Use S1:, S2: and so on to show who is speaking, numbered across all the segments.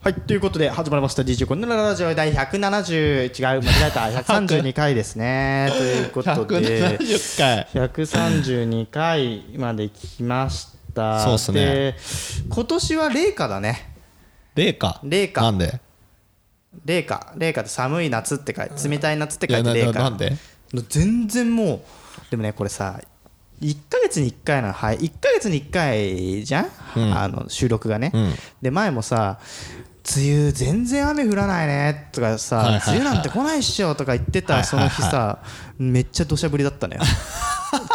S1: はい、ということで始まりました DJ コンのラジオ第170違う 間違えた132回ですねということで
S2: 170回
S1: 132回まで来ました
S2: そうっすね
S1: で今年は冷夏だね
S2: 零か
S1: 零か
S2: なんで
S1: 冷夏冷夏って寒い夏って書いて冷たい夏って
S2: い
S1: 書
S2: や
S1: いて
S2: な
S1: 冷
S2: な
S1: 夏
S2: なんで
S1: 全然もうでもねこれさ1ヶ月に1回なのはい1ヶ月に1回じゃん、あの収録がね、
S2: ん
S1: で前もさ「梅雨全然雨降らないね」とかさ、
S2: はいはいはい
S1: 梅雨なんて来ないっしょ」とか言ってたその日さ、めっちゃ土砂降りだ ったのよ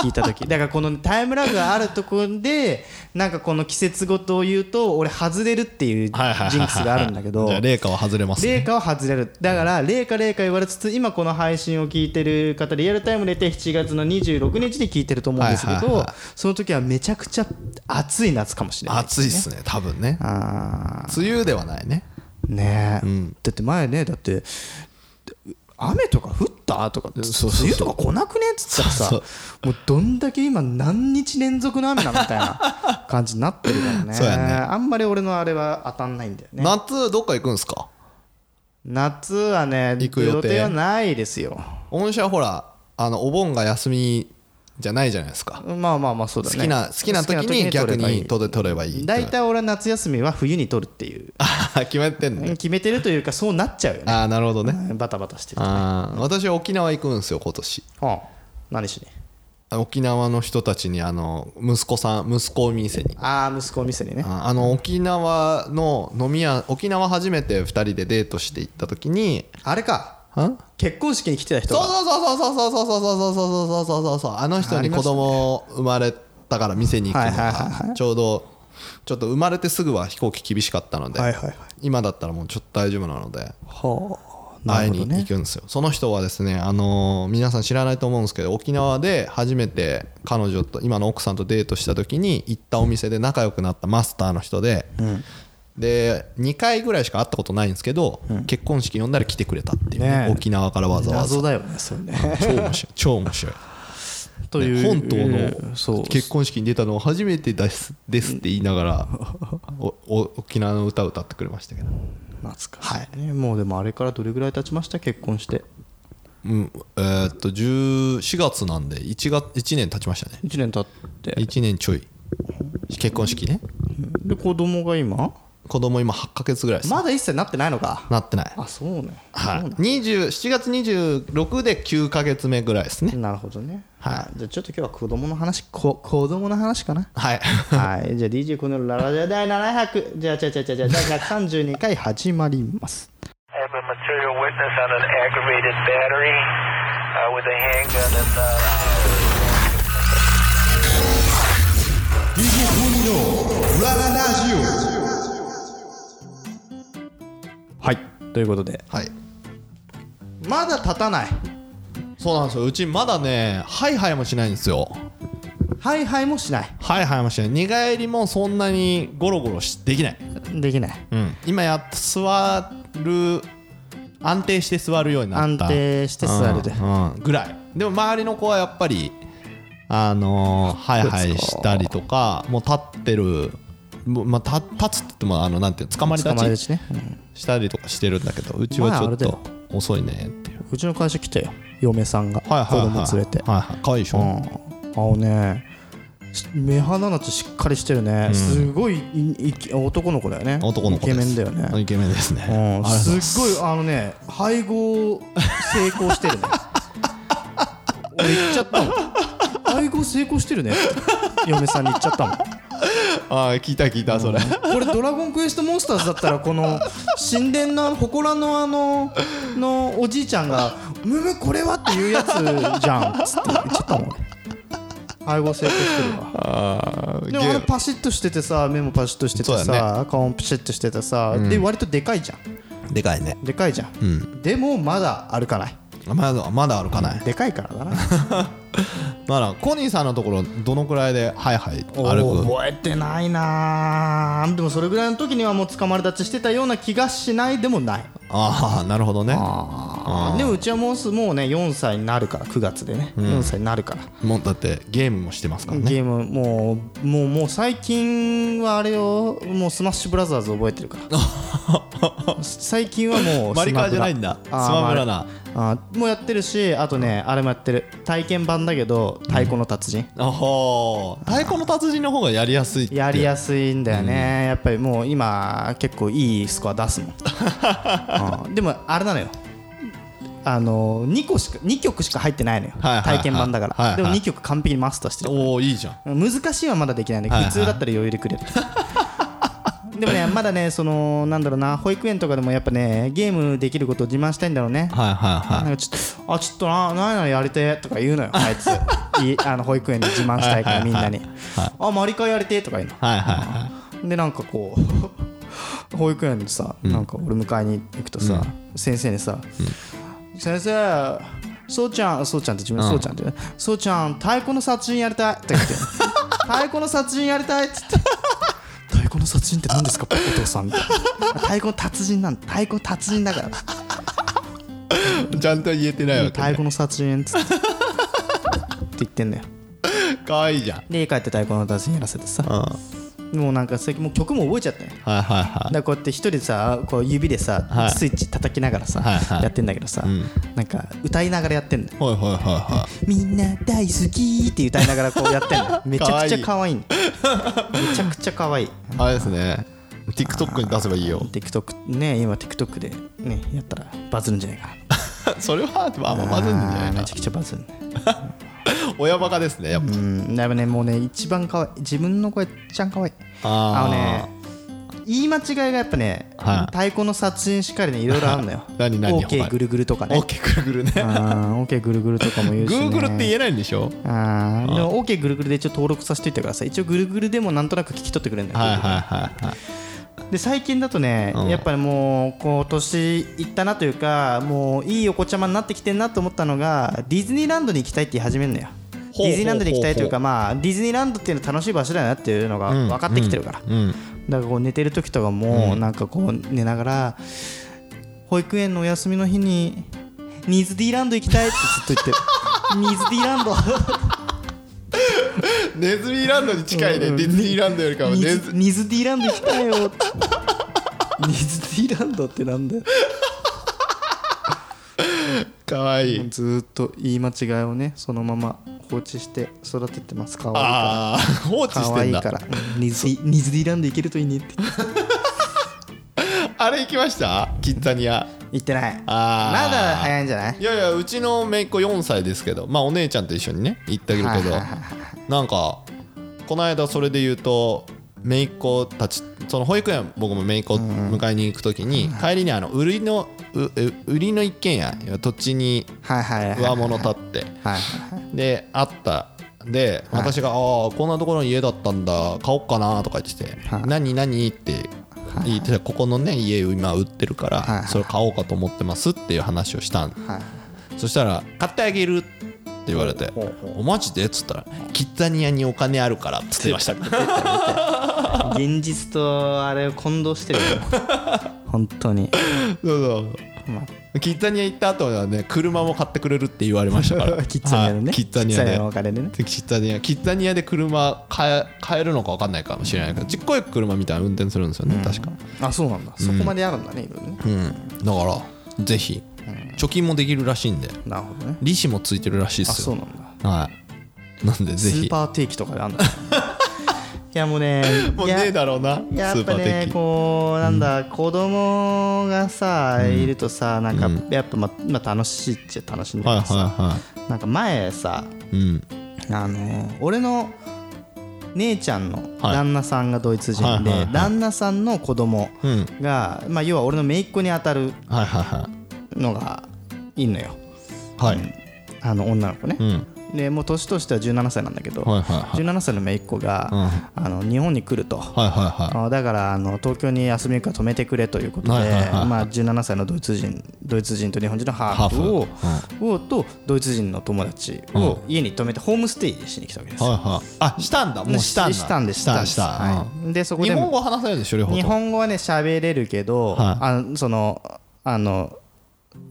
S1: 聞いた時だからこのタイムラグがあるところでなんかこの季節ごとを言うと俺外れるっていうジン
S2: はいはいはいはい
S1: クスがあるんだけど、
S2: じゃあ零かは外れます
S1: 霊
S2: ね
S1: 下は外れるだから霊下霊下言われつつ今この配信を聞いてる方リアルタイムで言って7月の26日に聞いてると思うんですけ
S2: はいはい
S1: ど
S2: はい
S1: その時はめちゃくちゃ暑い夏かもしれない
S2: 暑いっすね多分ね
S1: あ
S2: 梅雨ではないね
S1: ーねえ、だって前ねだって雨とか降ったとか梅
S2: そうそう
S1: 雨とか来なくねっつったらさ
S2: そう
S1: もうどんだけ今何日連続の雨なのみたいな 感じになってるからね
S2: そうやね
S1: あんまり俺のあれは当たんないんだよね
S2: 夏どっか行くんすか
S1: 夏はね
S2: 行く予定
S1: はないですよ
S2: 御社ほらあのお盆が休みじゃないじゃないですか
S1: まあまあまあそうだ
S2: 好
S1: ね
S2: きな好きな時に逆に取れ取ればいい
S1: 大体俺は夏休みは冬に取るっていう
S2: あ ー決めてんね
S1: 決めてるというかそうなっちゃうよね
S2: ああなるほどね
S1: バタバタしてると
S2: あー私は沖縄行くんですよ今年
S1: うん何しに
S2: 沖縄の人たちにあの息子さん息子を見せに
S1: ああ息子を店にね
S2: ああの沖縄の飲み屋沖縄初めて2人でデートして行った時に
S1: あれか
S2: ん
S1: 結婚式に来てた人
S2: そう
S1: が
S2: そうそうそうそうそうそうそうそうそうそうそうそうあの人に子供生まれたから店に行くの
S1: はいはいはいは
S2: がちょうどちょっと生まれてすぐは飛行機厳しかったので、
S1: はいはいはい
S2: 今だったらもうちょっと大丈夫なので
S1: はあな
S2: 会
S1: る
S2: い
S1: ほ
S2: に
S1: ど
S2: 行
S1: ね
S2: くんですよ、その人はですね、あのー皆さん知らないと思うんですけど沖縄で初めて彼女と今の奥さんとデートした時に行ったお店で仲良くなったマスターの人で、で2回ぐらいしか会ったことないんですけど、結婚式呼んだら来てくれたっていうね、
S1: ねえ
S2: 沖縄からわざわざ
S1: 謎だよねそれね
S2: 超面白い超 面白い
S1: という
S2: 本島
S1: うんそう
S2: の結婚式に出たのを初めてですですって言いな がらおお沖縄の歌を歌ってくれましたけど、
S1: 懐かしいねもうでもあれからどれぐらい経ちました結婚して
S2: うんえーっと14月なんで1月1年経ちましたね
S1: 1年経って
S2: 1年ちょい結婚式ね
S1: で子供が今
S2: 子供今8ヶ月ぐらいです、
S1: まだ1歳になってないのか
S2: なってない、
S1: あそうね
S2: はい、20 7月26で9ヶ月目ぐらいですね
S1: なるほどね。
S2: は。
S1: はい。じゃあちょっと今日は子供の話、こ子供の話かな
S2: はい
S1: はい。じゃあ DJ このララジャ第700、じゃあじゃあじゃあじゃあじゃあ132回始まります。
S3: I have a material witness on an aggravated battery uh, with a handgun and. Uh
S4: DJ ラララジオ
S1: はい。ということで、
S2: はい
S1: まだ立たない。
S2: そうなんですようちまだねハイハイもしないんですよ
S1: はいはいもしない。
S2: ハイハイもしない寝返りもそんなにゴロゴロしできない、
S1: できない。
S2: うん、今やっと座る安定して座るようにな
S1: 安
S2: った
S1: 定して座るで。
S2: うんうんぐらいでも周りの子はやっぱりあのーハイハイしたりとかもう立ってるもうまあ、立立つって言ってもあのなんていうの捕まり
S1: 捕まり
S2: 立
S1: 立ちね。
S2: ちしたりとかしてるんだけどうちはちょっ
S1: ま
S2: と遅いねっていう
S1: うちの会社来たよ。嫁さんが。
S2: はいはいはい
S1: 子供連れて。
S2: はいはいかわいいでしょ、
S1: あのね、し目鼻立ちしっかりしてるね。すごいいいい男の子だよね。
S2: 男の子
S1: イ
S2: で
S1: ケ
S2: す
S1: メンだよね。
S2: イケメンですね、
S1: う
S2: あり
S1: ん
S2: がとうございます
S1: すっごいあのね配合成功してるね 俺言っちゃったもん配合成功してるねって嫁さんに言っちゃったもん
S2: あー聞いた聞いたそれ、
S1: これ「ドラゴンクエストモンスターズ」だったらこの神殿の祠のあののおじいちゃんが「むむこれは?」って言うやつじゃんっつって言っちゃったもん俺配合成功してるわ
S2: あー
S1: でもあ
S2: ゲー
S1: れ
S2: ム
S1: パシッとしててさ目もパシッとしてて
S2: そうだ
S1: さ、顔もピシッとしててさ、で割とでかいじゃん
S2: でかいね
S1: でかいじゃん、でもまだ歩かない
S2: まだまだ歩かない
S1: でかいから だな
S2: まだコニーさんのところどのくらいでハイハイ歩く
S1: 覚えてないなあでもそれぐらいの時にはもう捕まり立ちしてたような気がしないでもない
S2: ああなるほどね
S1: あーでもうちはもうすもうね4歳になるから9月でね、4歳になるから
S2: もうだってゲームもしてますからね
S1: ゲームもうもうもう最近はあれをもうスマッシュブラザーズ覚えてるから 最近はもう
S2: マリカー
S1: スマブラ
S2: じゃないんだス
S1: あー
S2: マブラな
S1: あーもうやってるしあとねあれもやってる体験版だけど太鼓の達人、
S2: あほー太鼓の達人の方がやりやすいって
S1: やりやすいんだよね、やっぱりもう今結構いいスコア出すも ん、うんでもあれなのよあの2個しか2曲しか入ってないのよ、
S2: はいはいはい
S1: 体験版だから、
S2: はいはい
S1: でも2曲完璧にマスターしてる
S2: おおいいじゃん
S1: 難しいはまだできないんだけ
S2: はい
S1: ど
S2: は
S1: 普
S2: い
S1: 通だったら余裕でくれ るでもねまだねそのなんだろうな保育園とかでもやっぱねゲームできることを自慢したいんだろうね
S2: はい
S1: なん
S2: はい
S1: かちょっとあちょっとな何々やりてえとか言うのよあいついあの保育園で自慢したいからみんなにあマリカやりてえとか言うの
S2: はいはいはいはい
S1: でなんかこう 保育園でさ、なんか俺迎えに行くとさ、先生にさ「先生そうちゃんそうちゃんって自分でそうちゃんって言うねそうちゃん太鼓の殺人やりたい」って言 って「太鼓の殺人やりたい」っつって「太鼓の殺人って何ですかお父さん」みたいな「太鼓の達人なん太鼓の達人だから」
S2: ちゃんと言えてないわけ、
S1: 太
S2: ね、
S1: 鼓の殺人」っつってって言ってんだよ
S2: かわいいじゃんはい
S1: で家帰って太鼓の達人やらせてさもうなんか最近もう曲も覚えちゃったよ
S2: はいは
S1: だからこうやって一人でさこう指でさ、
S2: はい
S1: スイッチ叩きながらさ、
S2: はいはい
S1: やってんだけどさ、
S2: ん
S1: なんか歌いながらやってんだよ
S2: いはいはいはいはい
S1: みんな大好きって歌いながらこうやってんのめちゃくちゃ
S2: か
S1: 可 愛いのめちゃくちゃ可愛い
S2: あれですね TikTok に出せばいいよ
S1: TikTok ね今 TikTok でねやったらバズるんじゃないかな
S2: それはまあまあまずいんじゃない
S1: あー
S2: な
S1: めちゃくちゃバズるね
S2: 親バカですねやっぱ
S1: うんだいぶねもうね一番可愛い自分の声ちゃん可愛いあの
S2: あ
S1: ね言い間違いがやっぱね、
S2: は
S1: 太
S2: い
S1: 鼓の殺人しかりねいろいろあるのよ
S2: 何何他
S1: OK
S2: に
S1: ぐるぐるとかね
S2: オーケーぐるぐるね
S1: あー OK ぐるぐるとかも言うし、
S2: グ
S1: ね、
S2: ーグルって言えないんでしょ
S1: あーでも OK ぐるぐるで一応登録させていてください一応ぐるぐるでもなんとなく聞き取ってくれるんだよ、
S2: はいはいはいはい
S1: で最近だとね、
S2: うん
S1: やっぱりもうこう年いったなというかもういいお子ちゃまになってきてんなと思ったのがディズニーランドに行きたいって言い始めるのよ
S2: ほうほうほうほう
S1: ディズニーランドに行きたいというかまあディズニーランドっていうのは楽しい場所だよなっていうのが分かってきてるから、
S2: うん
S1: だからこう寝てる時とかもなんかこう寝ながら保育園のお休みの日にニーズディーランド行きたいってずっ と言ってるニーズディーランド
S2: ネズミランドに近いね
S1: うん
S2: ディズニーランドよりかは
S1: ニ
S2: ネ
S1: ズ
S2: ズ
S1: ニズディーランド行きたいよニズディーランドってなんだよ
S2: かわいい
S1: ずーっと言い間違いをねそのまま放置して育ててますかわ
S2: ああ放
S1: いい
S2: 置
S1: からか
S2: し
S1: わ
S2: て
S1: い
S2: ん
S1: い
S2: だ
S1: からうんニズディニズディーランド行けるといいねって
S2: あれ行きましたキッザニア
S1: 言ってない
S2: あー
S1: まだ早いんじゃない
S2: いやいやうちの姪っ子4歳ですけどまあお姉ちゃんと一緒にね行ってあげるけど
S1: はいはいはい
S2: なんかこの間それで言うと姪っ子たちその保育園僕も姪っ子迎えに行く時に帰りにあの売りのうう売りの一軒家土地に
S1: はいはいはい
S2: 上物立って
S1: はい
S2: であったで私が「ああこんなところに家だったんだ買おっかな」とか言ってて
S1: はい
S2: 「何何?」って言ってたここのね家を今売ってるか
S1: はい
S2: らそれ買おうかと思ってますっていう話をしたん
S1: はい
S2: そしたら「買ってあげる」って言われて
S1: ほう
S2: 「おマジで?」っつったら「キッザニアにお金あるから」っつってました
S1: 現実とあれを混同 してるよ本当に
S2: そうそう。キッザニア行った後はね、車も買ってくれるって言われましたから。
S1: キッザニアの
S2: は
S1: ね
S2: いキッザニア
S1: キッ
S2: で
S1: の。お金でね
S2: キッザニア、キッザニアで車買え買えるのか分かんないかもしれないけど、ちっこい車みたいな運転するんですよね、確か。
S1: あそうなんだそこまであるんだねいろいろね
S2: うん。だから、ぜひ、貯金もできるらしいんで、
S1: なるほどね
S2: 利子もついてるらしいっ
S1: あ
S2: す
S1: そう
S2: よ。
S1: なんだ
S2: はい。なんで、ぜ
S1: スー
S2: ひ。
S1: パー定期とかであんだ いやもうね
S2: もう
S1: いや
S2: ねえだろうな、ス
S1: やっ
S2: ーパ
S1: ぱ
S2: ー
S1: ね
S2: 的。
S1: こうなんだ子供がさいるとさなんかやっぱままあ楽しいっちゃ楽しいん
S2: はい
S1: だけどさ
S2: は
S1: なんか前さ
S2: いはい。うん。
S1: あの俺の姉ちゃんの
S2: はい
S1: 旦那さんがドイツ
S2: はい
S1: 人
S2: はいはい
S1: で
S2: はい
S1: 旦那さんの子供
S2: うん。
S1: がまあ要は俺の姪っ子に当たる
S2: はいはいは
S1: のがいんのよ
S2: い。はい。
S1: あの女の子ね
S2: うん。
S1: でもう年としては17歳なんだけど、
S2: はいはいはい。
S1: 17歳の姪っ子が、
S2: う
S1: あの日本に来ると、
S2: はいはいは
S1: あだからあの東京に休みに行くから止めてくれということで、
S2: はいはいはいはい
S1: まあ、17歳のドイツ人ドイツ人と日本人のハーフを
S2: ハ
S1: をとドイツ人の友達を家に泊めてホームステイしに来たわけです
S2: い。はい
S1: よ。
S2: はい。あ、したんだ。もうしたんだ。
S1: したんです
S2: したん
S1: し
S2: したた。
S1: んですはいでそこ
S2: 日
S1: で
S2: 本語話せるでしょ両方と
S1: 日本語はね喋れるけど、
S2: は
S1: あのそのああの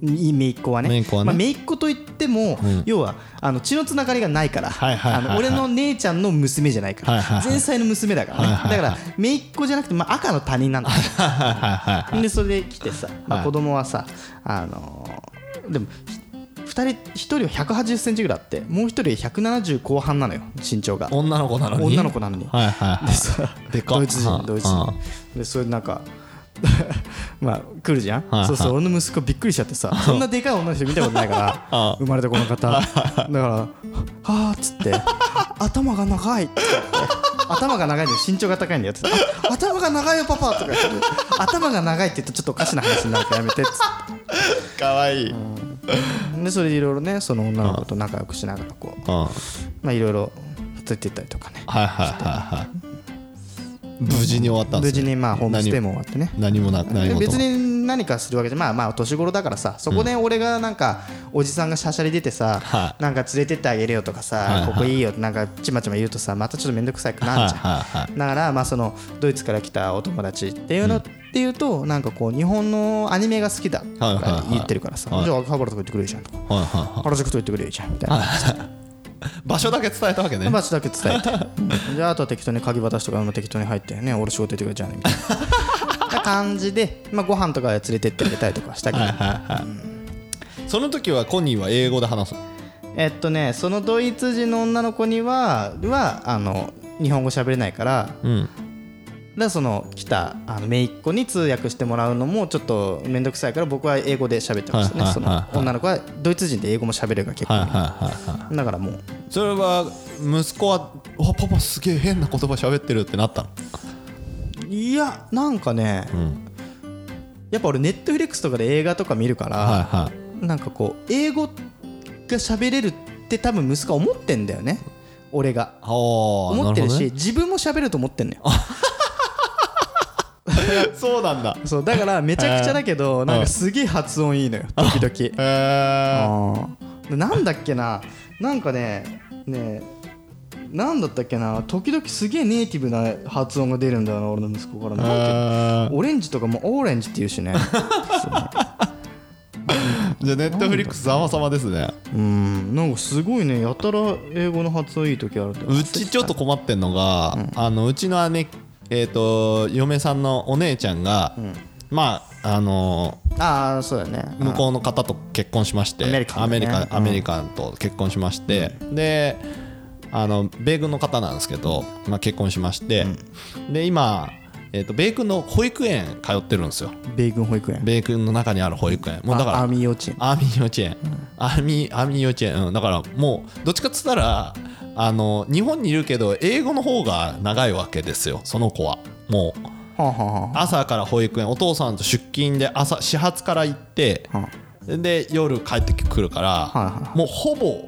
S1: い姪っ子はね
S2: 姪っ子はね
S1: まあ、姪っ子といっても、要はあの血のつながりがないから、
S2: はいはいはいは
S1: あ
S2: い
S1: の俺の姉ちゃんの娘じゃないから、
S2: はいはいはい
S1: 前妻の娘だからね、
S2: はいはいは
S1: だ
S2: い
S1: から姪っ子じゃなくて、まあ、赤の他人なんだよ
S2: はいはいはいはい
S1: でそれで来てさ、ま
S2: は
S1: あ、
S2: い
S1: 子供はさ、あのーでも2人1人は1 8 0センチぐらいあってもう1人は170後半なのよ身長が
S2: 女の子なのに
S1: 女の子なのに
S2: はいはい
S1: で
S2: はい
S1: さ
S2: でかっ
S1: ドイツ
S2: は
S1: 人
S2: い
S1: ドイツ人
S2: は
S1: でそれでなんか まあ来るじゃん、
S2: はい
S1: そうそう俺の息子びっくりしちゃってさそんなでかい女の人見たことない から生まれてこの方だから「はあ」っつって 「頭が長い」って言って頭が長いんだよ身長が高いんだよって言ってあ頭が長いよパパ」とか言って頭が長いって言うとちょっとおかしな話になるからやめてっつって
S2: かわいい
S1: でそれでいろいろねその女の子と仲良くしながらこう
S2: うん
S1: まあいろいろ連れて行ったりとかね
S2: はいはいはいはい無事に終わったんで
S1: 無
S2: す
S1: 事
S2: ね
S1: にまあホームステイも終わってね
S2: 何も何もな何
S1: で
S2: も
S1: 別に何かするわけじゃまあまあ年頃だからさそこで俺がなんかおじさんがしゃしゃり出てさ、
S2: は
S1: なんか連れてってあげるよとかさ、
S2: はいはい
S1: ここいいよってなんかちまちま言うとさまたちょっと面倒くさくな
S2: は
S1: る
S2: い
S1: じゃん、
S2: はいはい
S1: だからまあそのドイツから来たお友達っていうのっていうと、なんかこう日本のアニメが好きだと
S2: はいはいは
S1: か
S2: い
S1: 言ってるからさ、
S2: はい
S1: じゃあ原とか行ってくれるじゃんとか
S2: はいはいは
S1: 原宿と行ってくれるじゃんみたいな、
S2: い場所だけ伝えたわけね
S1: 場所だけ伝えてうんじゃああとは適当に鍵渡しとかも適当に入ってね俺仕事行ってくれじゃあねみたいな な感じで、まあ、ご飯とか連れてってあげたりとかしたけど、
S2: その時はコニーは英語で話すの
S1: えっとねそのドイツ人の女の子にははあの日本語喋れないから
S2: うん
S1: でその来たあの姪っ子に通訳してもらうのもちょっと面倒くさいから僕は英語で喋ってましたね、
S2: はいはい
S1: そ
S2: はいは
S1: の
S2: い
S1: 女の子はドイツ人で英語も喋るが結構、
S2: はいはいはいは
S1: だからもう
S2: いそれは息子は「あパパすげえ変な言葉喋ってる」ってなったの
S1: いやなんかね、
S2: ん
S1: やっぱ俺ネットフレックスとかで映画とか見るから、
S2: はいはい
S1: なんかこう英語が喋れるって多分息子は思ってんだよね俺が
S2: あー
S1: 思ってるし
S2: なほどね
S1: 自分も喋ると思ってんのよ
S2: そうなんだ
S1: そうだからめちゃくちゃだけどなんかすげえ発音いいのよ時々
S2: へ
S1: あーでなんだっけななんかねねなんだったっけな時々すげえネイティブな発音が出るんだよな俺の息子からなんて
S2: え
S1: オレンジとかもオーレンジって言うしね
S2: じゃあネットフリックス様様ですね
S1: うんなんかすごいねやたら英語の発音いい時あるんだよ
S2: うちちょっと困ってんのが、あのうちの姉えっ、と嫁さんのお姉ちゃんが、まああの
S1: ああそうだよね
S2: 向こうの方と結婚しまして
S1: アメリカン
S2: ア
S1: だ
S2: メ
S1: ね
S2: リカ
S1: うん
S2: アメリカンと結婚しまして、であの米軍の方なんですけど、まあ、結婚しまして、で今、えー、と米軍の保育園通ってるんですよ
S1: 米軍保育園
S2: 米軍の中にある保育園もうだから
S1: あアーミー幼稚園
S2: アーミー幼稚園、アーミーアーミー幼稚園、うん、だからもうどっちかっつったらあの日本にいるけど英語の方が長いわけですよその子はもう
S1: はあ、はあはあ、
S2: 朝から保育園お父さんと出勤で朝始発から行って
S1: は
S2: で夜帰ってくるから、
S1: はいは
S2: もうほぼ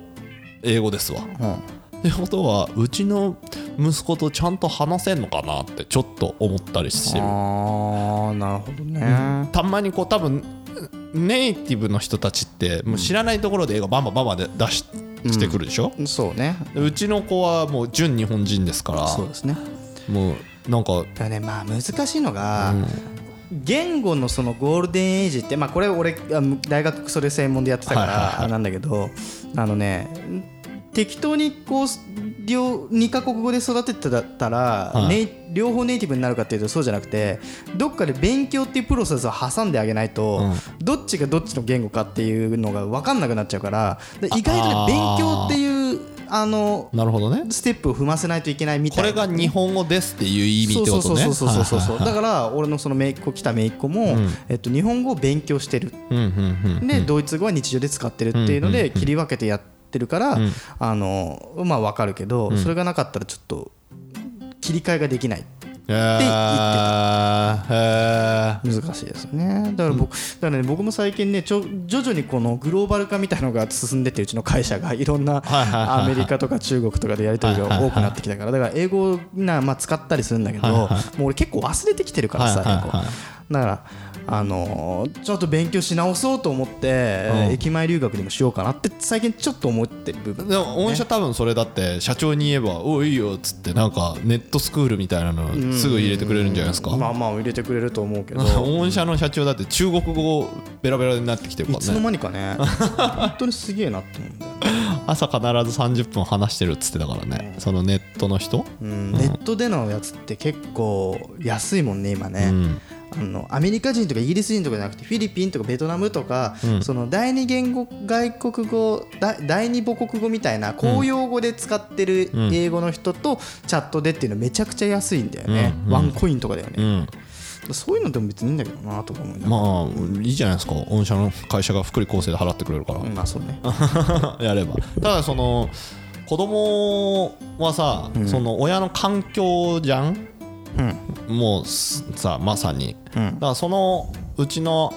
S2: 英語ですわ。
S1: あは
S2: ってことはうちの息子とちゃんと話せんのかなってちょっと思ったりしてる。
S1: ああーなるほどね、
S2: たまにこう多分ネイティブの人たちってもう知らないところで英語バンバンバンバンで出し,、してくるでしょ
S1: そうね
S2: でうちの子はもう純日本人ですから
S1: そうですね
S2: もうなんか
S1: だからねまあ難しいのが、言語のそのゴールデンエイジってまあこれ俺あむ大学それ専門でやってたか
S2: はいはいはい
S1: らあれなんだけどあのね適当にこう両2カ国語で育ててたら、
S2: い
S1: ネイ両方ネイティブになるかっていうとそうじゃなくてどっかで勉強っていうプロセスを挟んであげないと、どっちがどっちの言語かっていうのが分かんなくなっちゃうからで意外とね
S2: あ
S1: 勉強っていうあの
S2: なるほどね
S1: ステップを踏ませないといけないみたい
S2: こ
S1: な
S2: れが日本語ですっていう意味ってことね
S1: そうそうそうそうそうそう、
S2: はいはいは
S1: だ
S2: い
S1: から俺のその姪っ子来た姪っ子も、えっと、日本語を勉強してる
S2: うんうんうん
S1: で、ドイツ語は日常で使ってるっていうので、切り分けてやってるから、あのまあ分かるけど、それがなかったらちょっと切り替えができない
S2: えーえ
S1: 難しいですよねだから僕,、だからね、僕も最近ねちょ徐々にこのグローバル化みたいのが進んでてうちの会社がいろんな
S2: はいはいはいはい
S1: アメリカとか中国とかでやり取りが多くなってきたからだから英語をな、まあ、使ったりするんだけど、もう俺結構忘れてきてるからさ、
S2: はいはいはい
S1: 英語だからあのーちょっと勉強し直そうと思って、
S2: うん
S1: 駅前留学でもしようかなって最近ちょっと思ってる部分
S2: でも御社多分それだって社長に言えば「おういいよ」っつってなんかネットスクールみたいなのすぐ入れてくれるんじゃないですか
S1: まあまあ入れてくれると思う けど
S2: 御社の社長だって中国語ベラベラになってきてる
S1: い
S2: か
S1: つ
S2: ら
S1: の
S2: ね
S1: 間にかね本当にすげえなって思うんだよね、
S2: 朝必ず30分話してるっつってたからねそのネットの人
S1: うん、ネットでのやつって結構安いもんね今ね、
S2: うん
S1: あのアメリカ人とかイギリス人とかじゃなくてフィリピンとかベトナムとか、
S2: ん
S1: その第二言語外国語だ第二母国語みたいな公用語で使ってる
S2: ん
S1: 英語の人とチャットでっていうのめちゃくちゃ安いんだよね、
S2: うん
S1: ワンコインとかだよ
S2: う
S1: ね、
S2: ん
S1: そういうのでも別にいいんだけどなとか思いながら
S2: まあいいじゃないですか御社の会社が福利厚生で払ってくれるから
S1: うんまあそうね
S2: やればただその子供はさ、その親の環境じゃん
S1: うん
S2: もうすさまさに、
S1: うん
S2: だからそのうちの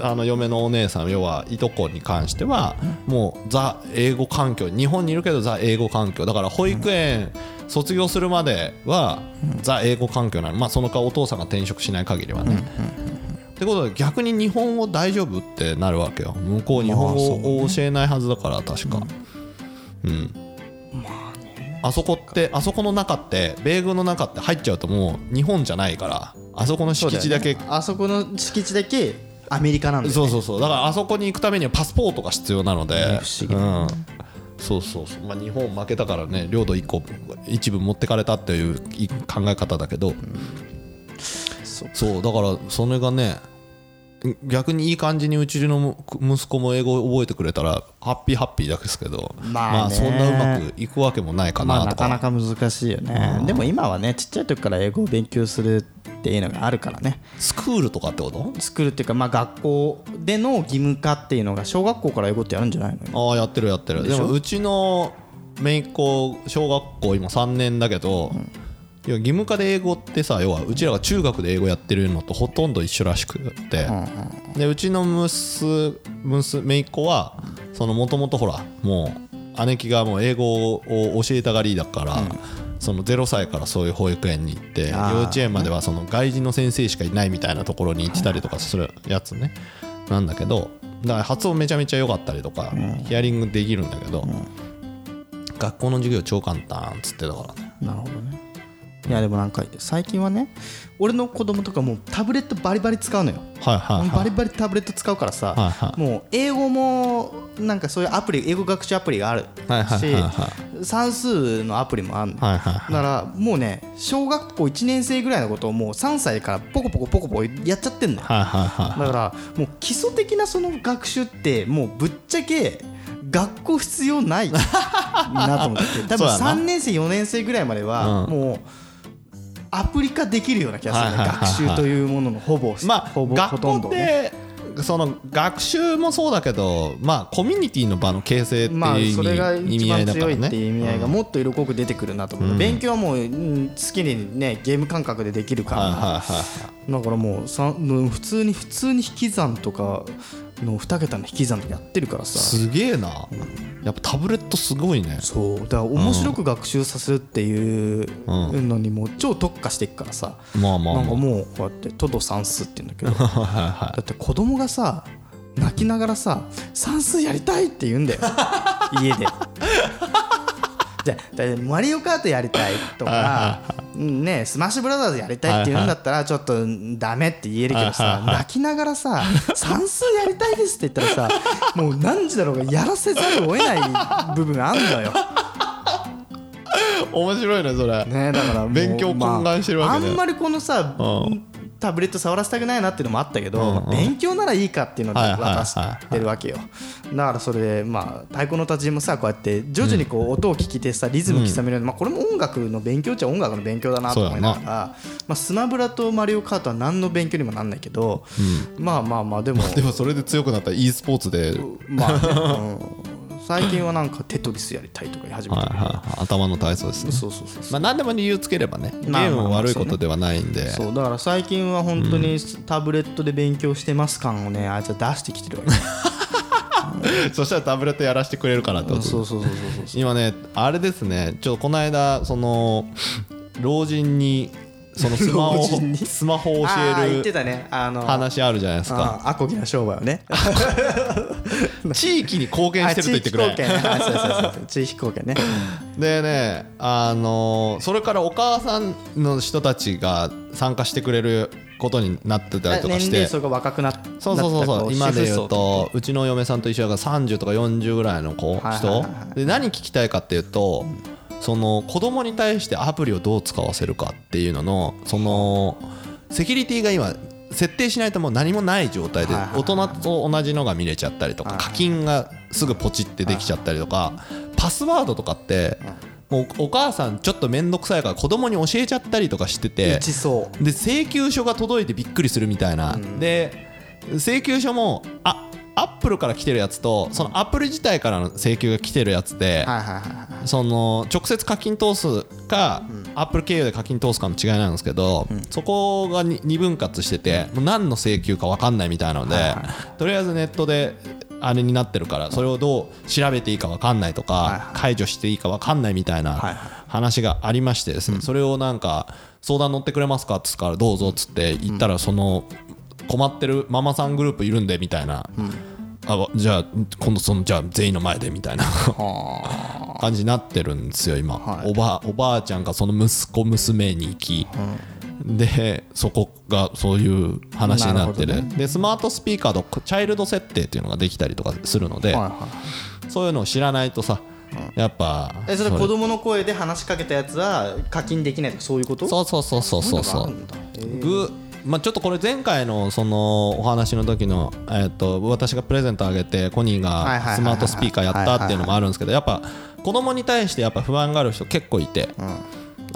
S2: あの嫁のお姉さん要はいとこに関しては、もうザ英語環境日本にいるけどザ英語環境だから保育園卒業するまでは、ザ英語環境なのまあその代わりお父さんが転職しない限りはね、ってことで逆に日本語大丈夫ってなるわけよ向こう日本語を教えないはずだから確かうん、あそこってあそこの中って米軍の中って入っちゃうともう日本じゃないからあそこの敷地だけ
S1: あそこの敷地だけアメリカなんだよ、ね、
S2: そうそうそうだからあそこに行くためにはパスポートが必要なので
S1: 不思議だ
S2: うんそうそうそう、まあ、日本負けたからね領土一個一部持ってかれたっていうい考え方だけど、
S1: そう
S2: そうだからそれがね逆にいい感じにうちのむ息子も英語を覚えてくれたらハッピーハッピーだけですけど、
S1: まあね
S2: そんなうまくいくわけもないか
S1: まあ
S2: な
S1: な
S2: と
S1: か
S2: か,、
S1: なか難しいよね、でも今はねちっちゃい時から英語を勉強するっていうのがあるからね
S2: スクールとかってこと
S1: 作るっていうか、まあ、学校での義務化っていうのが小学校から英語ってやるんじゃないの
S2: ああやってるやってるで
S1: しょ
S2: もうちの姪っ子小学校今3年だけど、要は義務化で英語ってさ要はうちらが中学で英語やってるのとほとんど一緒らしくて、でうちの娘娘姪っ子はそのもともとほらもう姉貴がもう英語を教えたがりだから、その0歳からそういう保育園に行って幼
S1: あー
S2: 稚園まではその外人の先生しかいないみたいなところに行ってたりとかするやつねなんだけどだから発音めちゃめちゃ良かったりとかヒアリングできるんだけど学校の授業超簡単っつってたからね
S1: なるほどねいやでもなんか最近はね俺の子供とかもうタブレットバリバリ使うのよ
S2: はいはい
S1: バ
S2: は
S1: リ
S2: い
S1: バリタブレット使うからさ、
S2: はいはい
S1: もう英語もなんかそういうアプリ英語学習アプリがあるし、
S2: はいはいはいは
S1: 算数のアプリもあるの、
S2: はいはい
S1: だからもうね小学校1年生ぐらいのことをもう3歳からポコポコポコポコやっちゃってんのよ
S2: はいはいはい
S1: だからもう基礎的なその学習ってもうぶっちゃけ学校必要ないなと思って て多分
S2: そうだな
S1: 3年生4年生ぐらいまでは
S2: うん
S1: もうアプリ化できるような気がするね、
S2: はいはいはいはい
S1: 学習というもののほぼ、
S2: まあ
S1: ほぼほ
S2: 学
S1: と
S2: 校
S1: んど、
S2: っ
S1: ね、
S2: てその学習もそうだけどまあコミュニティの場の形成っていう
S1: まあ
S2: 意
S1: それが
S2: 味意
S1: 一
S2: 味合い
S1: 番
S2: だか
S1: 強い
S2: ら
S1: っていう意
S2: ね
S1: 味合いがもっと色濃く出てくるなと思う、勉強はもう、うん好きにねゲーム感覚でできるから、
S2: はいはいはい
S1: だからもうさもう普通に普通に引き算とかの2桁の引き算とかやってるからさ
S2: すげえなやっぱタブレットすごいね
S1: そうだから面白く学習させるっていう
S2: う
S1: のにもう超特化していくからさ、
S2: まあまあ
S1: なん
S2: ま
S1: か
S2: あ
S1: もうこうやって「とど算数」って言うんだけどだ
S2: はいは
S1: って子供がさ泣きながらさ「算数やりたい!」って言 うんだよ家で。じゃあだってマリオカートやりたいとか、うんね、スマッシュブラザーズやりたいって言うんだったらちょっとダメって言えるけど
S2: はいは
S1: さ
S2: い
S1: 泣きながらさ「算数やりたいです」って言ったらさもう何時だろうがやらせざるを得ない部分あんのよ。
S2: い 面白いねそれ
S1: ねだからもう
S2: 勉強懇願してるわけね
S1: まあ、あんまりこのさ、
S2: う
S1: タブレット触らせたくないなっていうのもあったけど、
S2: うんうん
S1: 勉強ならいいかっていうので
S2: はいはいはいはい
S1: 渡してるわけよ、だからそれでまあ太鼓の達人もさこうやって徐々にこう音を聞きてさリズム刻めるように、まあ、これも音楽の勉強っちゃ音楽の勉強だなと思いなが
S2: そ
S1: ら、
S2: う
S1: まあ、スマブラとマリオカートは何の勉強にもなんないけど、まあまあまあでも
S2: でもそれで強くなったら e スポーツで
S1: まあ、ねうん 最近はなんかテトリスやりたいとか言い始め
S2: はい
S1: た、
S2: はい頭の体操ですね
S1: そうそうそうそう
S2: まあ何でも理由つければねゲ
S1: まあまあ
S2: ームも悪いことではないんで
S1: そうだから最近は本当にタブレットで勉強してます感をねあいつは出してきて るわけ
S2: そしたらタブレットやらせてくれるからってこと
S1: そうそうそうそうそう
S2: 今ねあれですねちょっとこの間その老人にそ のスマホ
S1: 老
S2: を
S1: 人に
S2: スマホを教
S1: あー言
S2: え
S1: って
S2: る
S1: たねあの
S2: 話あるじゃないですか
S1: あーアコギな商売を ね
S2: 地域に貢献してると言ってく
S1: あ地域
S2: れ
S1: 貢献あそうそうそう地域貢献 ね
S2: でねあのーそれからお母さんの人たちが参加してくれることになってたりとか
S1: 年
S2: し
S1: 齢
S2: て
S1: 層が若くなっ
S2: そうそうそう
S1: なった
S2: そ
S1: こ
S2: う今で
S1: 主婦
S2: 言
S1: 層
S2: うとうちの嫁さんと一緒が30とか40ぐらいの子
S1: はいはい
S2: 人
S1: はい
S2: で何聞きたいかっていうとその子供に対してアプリをどう使わせるかっていうののそのセキュリティが今設定しないともう何もない状態で
S1: はいはいはい
S2: 大人と同じのが見れちゃったりとか課金がすぐポチってできちゃったりとかパスワードとかってもうお母さんちょっと面倒くさいから子供に教えちゃったりとかしてて
S1: 一層
S2: で請求書が届いてびっくりするみたいな、で請求書もあアップルから来てるやつとそのアプリ自体からの請求が来てるやつで、
S1: はいはいは いはい
S2: その直接課金通すか、アップル経由で課金通すかの違いなんですけど、そこがに二分割してて、もう何の請求か分かんないみたいなので、とりあえずネットであれになってるからそれをどう調べていいか分かんないとか、解除していいか分かんないみたいな
S1: はいはい
S2: 話がありましてですね、それをなんか相談乗ってくれますかっつうからどうぞっつって言ったらその困ってるママさんグループいるんでみたいな。あわじゃあ今度そのじゃあ全員の前でみたいな感じになってるんですよ今、
S1: はい
S2: おばおばあちゃんがその息子娘に行き、でそこがそういう話になってる
S1: なるほ
S2: でスマートスピーカーとチャイルド設定っていうのができたりとかするので、
S1: はいは い
S2: そういうのを知らないとさ、やっぱ
S1: えそれ
S2: それ
S1: 子供の声で話しかけたやつは課金できないとかそういうこと
S2: そうそうそうそうそうそ
S1: そうういうのがあるんだへー
S2: ぐまあ、ちょっとこれ前回のそのお話の時の、えっと私がプレゼントあげてコニー
S1: はいはいはいは
S2: が
S1: い
S2: スマートスピーカーやったっていうのもあるんですけどやっぱ子供に対してやっぱ不安がある人結構いて、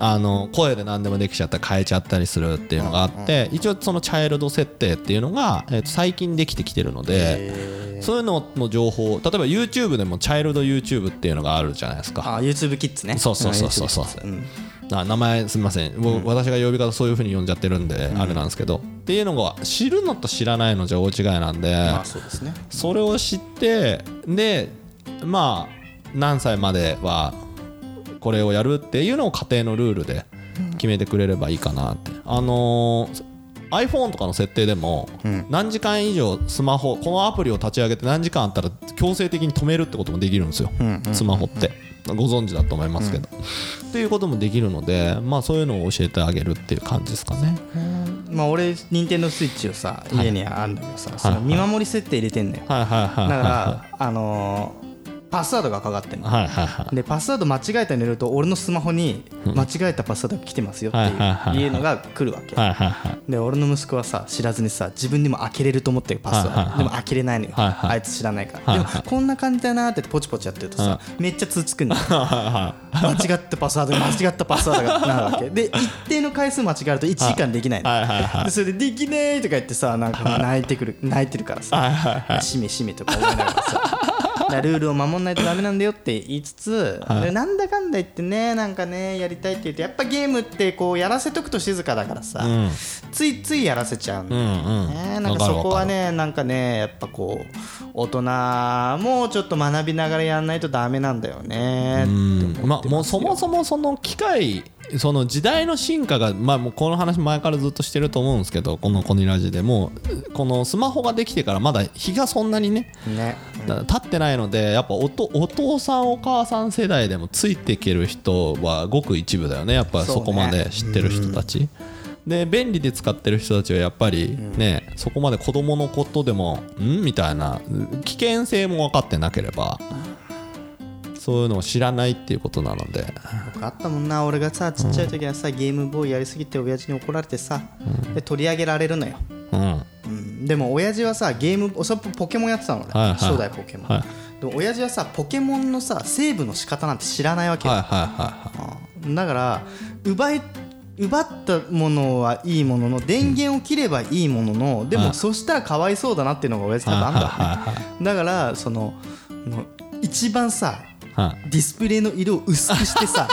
S2: あの声で何でもできちゃったり変えちゃったりするっていうのがあって一応そのチャイルド設定っていうのが、えっと最近できてきてるのでそういうのの情報例えば YouTube でもチャイルド YouTube っていうのがあるじゃないですか。
S1: あ YouTube キッズね
S2: そうそうそうそうそう
S1: YouTube Kids ん
S2: あ名前すみません、僕私が呼び方そういうふうに呼んじゃってるんで、あれなんですけどっていうのが知るのと知らないのじゃ大違いなんで、
S1: まあそうですね
S2: それを知ってでまあ何歳まではこれをやるっていうのを家庭のルールで決めてくれればいいかなって、あのー iPhone とかの設定でも何時間以上スマホこのアプリを立ち上げて何時間あったら強制的に止めるってこともできるんですよ、スマホってご存知だと思いますけど、っていうこともできるのでまあそういうのを教えてあげるっていう感じですかね
S1: まあ俺任天堂スイッチをさ家にあるんだけどさその見守り設定入れてんだよだ
S2: はいはいはいはい
S1: からあのーパスワードがかかってんの
S2: はいはいはい
S1: でパスワード間違えたの入れると俺のスマホに間違えたパスワードが来てますよって
S2: はいはいはいはい
S1: いういうのが来るわけ
S2: はいはいはい
S1: で俺の息子はさ知らずにさ自分でも開けれると思ってるパスワ
S2: はい
S1: ー
S2: はいは
S1: ド
S2: い
S1: でも開けれないのよ
S2: はいはい
S1: あいつ知らないか
S2: は
S1: ら
S2: い
S1: で
S2: は
S1: も
S2: い
S1: こんな感じだなってポチポチやってるとさめっちゃ通知くんのよ間違ったパスワードが間違ったパスワードがなるわけで一定の回数間違えると1時間できないの
S2: はいはいはい
S1: でそれで「できねえ」とか言ってさなんか泣いてくる泣いてるからさ「しめしめ」とか思いながらさだからルールを守んないとダメなんだよって言いつつ、でなんだかんだ言ってねなんかねやりたいって言ってやっぱゲームってこうやらせとくと静かだからさ、
S2: ん
S1: ついついやらせちゃうんだ
S2: う
S1: よ
S2: んうん
S1: ね、なんかそこはねなんかねやっぱこう大人もちょっと学びながらやんないとダメなんだよねって思って
S2: まあ、もうそもそもその機械その時代の進化が、まあ、もうこの話前からずっとしてると思うんですけどこの「コニラジ」でもうこのスマホができてからまだ日がそんなにね
S1: ね
S2: 立ってないのでやっぱおとお父さんお母さん世代でもついていける人はごく一部だよねやっぱ
S1: そうね
S2: そこまで知ってる人たち、で便利で使ってる人たちはやっぱりね、そこまで子供のことでもんみたいな危険性も分かってなければそういうのを知らないっていうことなので
S1: 僕あったもんな俺がさちっちゃい時はさゲームボーイやりすぎて親父に怒られてさで取り上げられるのよ、
S2: うんは
S1: う
S2: い
S1: んでも親父はさゲームおそポケモンやってたの俺、
S2: はいはい
S1: 初代ポケモン、
S2: はい
S1: でも親父はさポケモンのさセーブの仕方なんて知らないわけ
S2: はい
S1: よ、
S2: はいはい
S1: だから奪い奪ったものはいいものの電源を切ればいいものの、でもそしたらかわいそうだなっていうのが親父多分あんだろうね、
S2: はいはいは
S1: だからそのもう一番さ
S2: はい
S1: ディスプレイの色を薄くして さ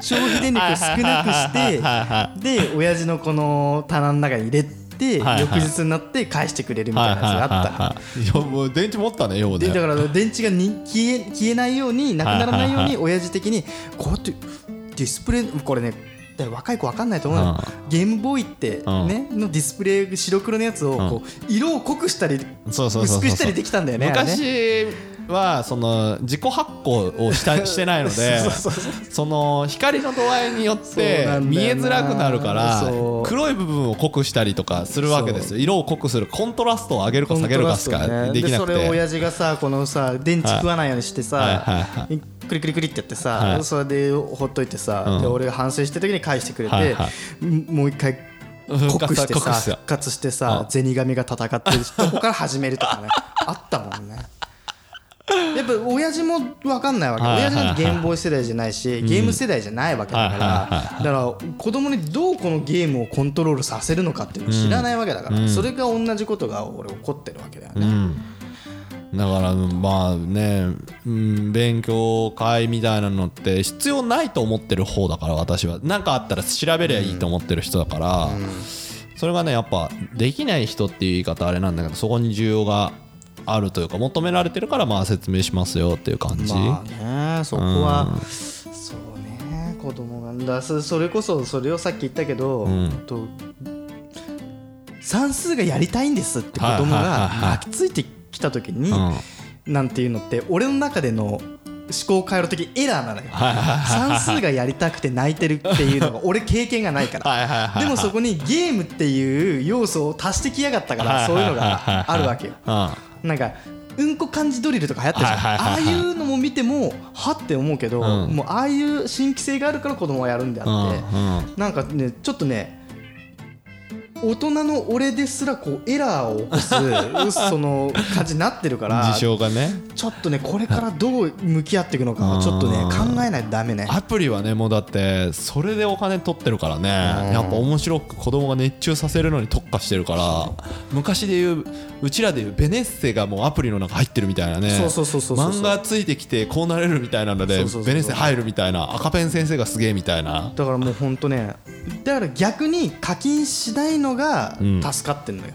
S1: 消費電力を少なくして
S2: はいは
S1: で親父のこの棚の中に入れて
S2: はいはい
S1: 翌日になって返してくれるみたいなやつがあったの
S2: いやもう電池持ったねよう
S1: で
S2: ね
S1: だから電池がに消え消えないようになくならないよう
S2: はいはい
S1: に親父的にこうやってディスプレイこれね対若い子分かんないと思うよゲームボーイって
S2: うん
S1: ねのディスプレイ白黒のやつをこう色を濃くしたり
S2: そう
S1: 薄
S2: そうそうそう
S1: くしたりできたんだよねあれね
S2: 昔はその自己発光をし たしてないので
S1: そうそうそう
S2: その光の度合いによっ
S1: そう
S2: て
S1: なん
S2: 見
S1: だ
S2: え
S1: よな
S2: づらくなるから
S1: そう
S2: 黒い部分を濃くしたりとかするわけですよ色を濃くするコントラストを上げるか下げるかし
S1: コントラス
S2: か
S1: トね
S2: できな
S1: そ
S2: く
S1: れを
S2: て
S1: 親父がさこのさ電池食わないようにしてさ、
S2: はいはいはい
S1: クリクリクリってやってさ、
S2: はい
S1: それでほっといてさ、
S2: うん
S1: で俺が反省してる時に返してくれて、
S2: はいは
S1: んもう一回
S2: 復活
S1: 濃くして
S2: 濃
S1: さ
S2: くして
S1: 復活して
S2: う
S1: さ
S2: ん
S1: 銭神が戦ってるとこから始めるとか ねあったもんねやっぱ親父も分かんないわけ、
S2: はいはいはい
S1: 親父なんてゲームボーイ世代じゃないし、ゲーム世代じゃないわけだから、
S2: はいはい
S1: だから子供にどうこのゲームをコントロールさせるのかっていうのを知らないわけだから、それが同じことが俺起こってるわけだよね、
S2: だからまあね、うん、勉強会みたいなのって必要ないと思ってる方だから私は何かあったら調べりゃいいと思ってる人だから、それがねやっぱできない人っていう言い方あれなんだけどそこに需要があるというか求められてるからまあ説明しますよっていう感じ、
S1: まあねそこは、そうね子供がだそそれこそそれをさっき言ったけど、
S2: ん
S1: と算数がやりたいんですって子供
S2: はいはい
S1: が
S2: はいはい
S1: 巻きついてきた時に、
S2: うん
S1: なんていうのって俺の中での思考回路的エラーなのよ算数がやりたくて泣いてるっていうのが俺経験がないから
S2: はいはいは い
S1: でもそこにゲームっていう要素を足してきやがったからそういうのがあるわ けよ
S2: うん
S1: なんかうんこ漢字ドリルとか流行ったじゃん、
S2: はいはいはいはい
S1: ああいうのも見てもはって思うけど、
S2: うん
S1: もうああいう新規性があるから子供はやるんであって、
S2: うんうん
S1: なんかねちょっとね大人の俺ですらこうエラーを起こ すその感じになってるから
S2: 事象がね
S1: ちょっとねこれからどう向き合っていくのかをちょっとね
S2: うん
S1: 考えないとダメね
S2: アプリはねもうだってそれでお金取ってるからねやっぱ面白く子供が熱中させるのに特化してるから昔でいううちらでいうベネッセがもうアプリの中入ってるみたいなね
S1: そうそうそうそうそう
S2: 漫画ついてきてこうなれるみたいなので
S1: そうそうそうそう
S2: ベネッセ入るみたいな赤ペン先生がすげえみたいな
S1: だからもうほんとねだから逆に課金しないのが
S2: ん
S1: 助かってんのよ、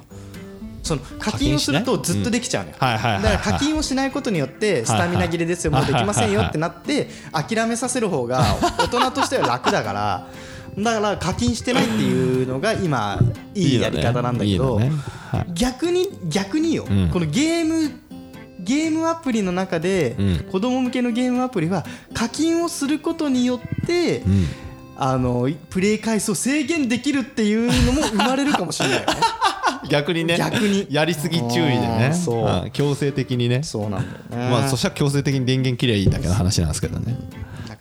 S1: その課
S2: 課
S1: 金
S2: 金
S1: を
S2: し
S1: す
S2: ない
S1: るとずっとできちゃうのよ、
S2: はいはいはいはい
S1: だから課金をしないことによってスタミナ切れですよ、
S2: はいはい
S1: もうできませんよってなって諦めさせる方が大人としては楽だからだから課金してないっていうのが今いいやり方なんだけど
S2: いいのねはい
S1: 逆に逆によ、
S2: ん
S1: このゲームゲームアプリの中で、
S2: うん
S1: 子供向けのゲームアプリは課金をすることによって、
S2: うん
S1: あのプレイ回数を制限できるっていうのも生まれるかもしれないよね
S2: 逆に ね
S1: 逆に
S2: やりすぎ注意でね
S1: うんそう
S2: うん強制的に ね
S1: そうなんだよね、
S2: まあ、そしたら強制的に電源切ればいいだけの話なんですけどね。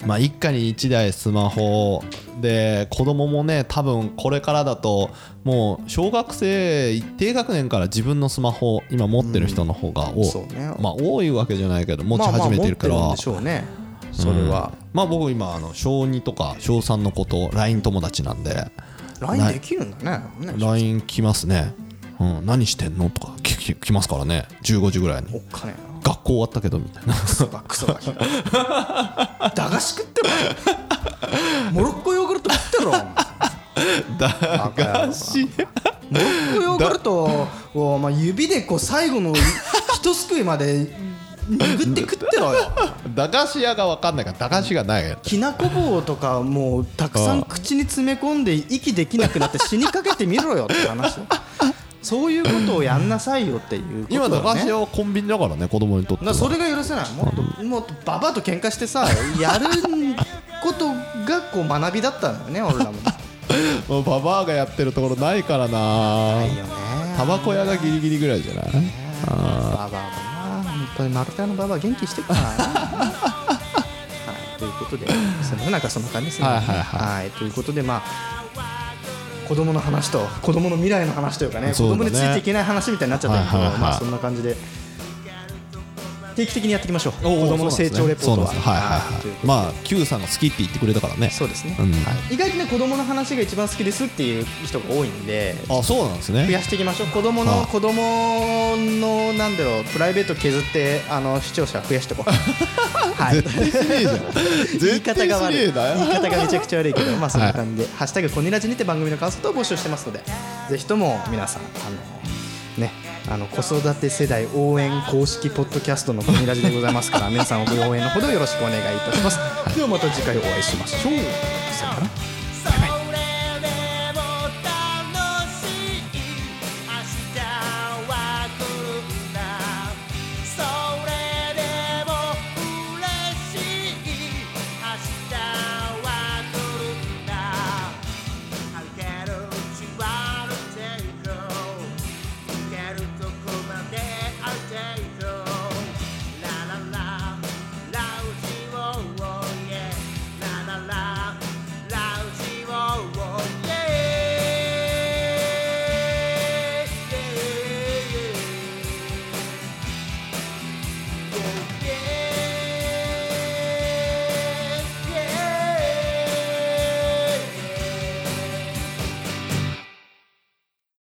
S2: まあ、一家に一台スマホで子供もね多分これからだともう小学生低学年から自分のスマホを今持ってる人の方が多い、
S1: そうね
S2: まあ多いわけじゃないけど持ち始めてるから、
S1: まあまあ持ってるんでしょうねそれは、
S2: まあ僕今あの小2とか小3の子と LINE 友達なんで
S1: LINE できるんだねね
S2: LINE 来ますね、うん、何してんのとか来来来ますからね15時ぐらい
S1: おっ
S2: に
S1: かね
S2: 学校終わったけどみたいな
S1: えなクソだクソだ駄菓子食ってろモロッコヨーグルト食 ってろお前
S2: 駄菓
S1: モ
S2: 子
S1: ロッコヨーグルトを、まあ、指でこう最後の一すくいまで拭って食ってろよ
S2: 駄菓子屋が分かんないから駄菓子がない
S1: きなこ棒とかもうたくさん口に詰め込んで息できなくなって死にかけてみろよって話よそういうことをやんなさいよっていうこと
S2: 今駄
S1: だ
S2: 菓
S1: ね
S2: 子屋はコンビニだからね子供にとって
S1: な
S2: は
S1: それが許せないもっともっとババアと喧嘩してさやることがこう学びだったんだよね俺らも
S2: もうババアがやってるところないからない
S1: いよね
S2: タバコ屋がギリギリぐらいじゃない
S1: ババアもな本当に丸太のババア元気してるからなはいということですいませんなんかそんな感じですね
S2: はいはいは
S1: はいということでまあ子供の話と子供の未来の話というかね
S2: そう
S1: 子
S2: だね
S1: 供についていけない話みたいになっちゃったけど、
S2: はいはいはい
S1: まあそんな感じで定期的にやっていきましょう
S2: おう
S1: 子供の成長レポートは
S2: そうなんですねはいはい
S1: というこ
S2: はい
S1: とで
S2: まあ Q さんが好きって言ってくれたからね
S1: そうですね、
S2: うん
S1: はい、意外とね子供の話が一番好きですっていう人が多いんで
S2: あそうなんです
S1: 増や
S2: ね
S1: していきましょう子供の
S2: はい
S1: 子供のなんだろうプライベート削ってあの視聴者増やしてこ うはい
S2: 絶 対しねえじゃん
S1: 言い
S2: 絶対
S1: 方が
S2: し
S1: 悪い
S2: ね
S1: 言
S2: え
S1: い
S2: だよ
S1: 方がめちゃくちゃ悪いけどまあそんな感じで「ハッシュタグコニラジ」にて番組の感想等を募集してますのでぜひとも皆さんあのねあの子育て世代応援公式ポッドキャストのコニラジでございますから皆さんご応援のほどよろしくお願いいたしますではまた次回お会いしましょうさよならバイバイ
S5: yeah,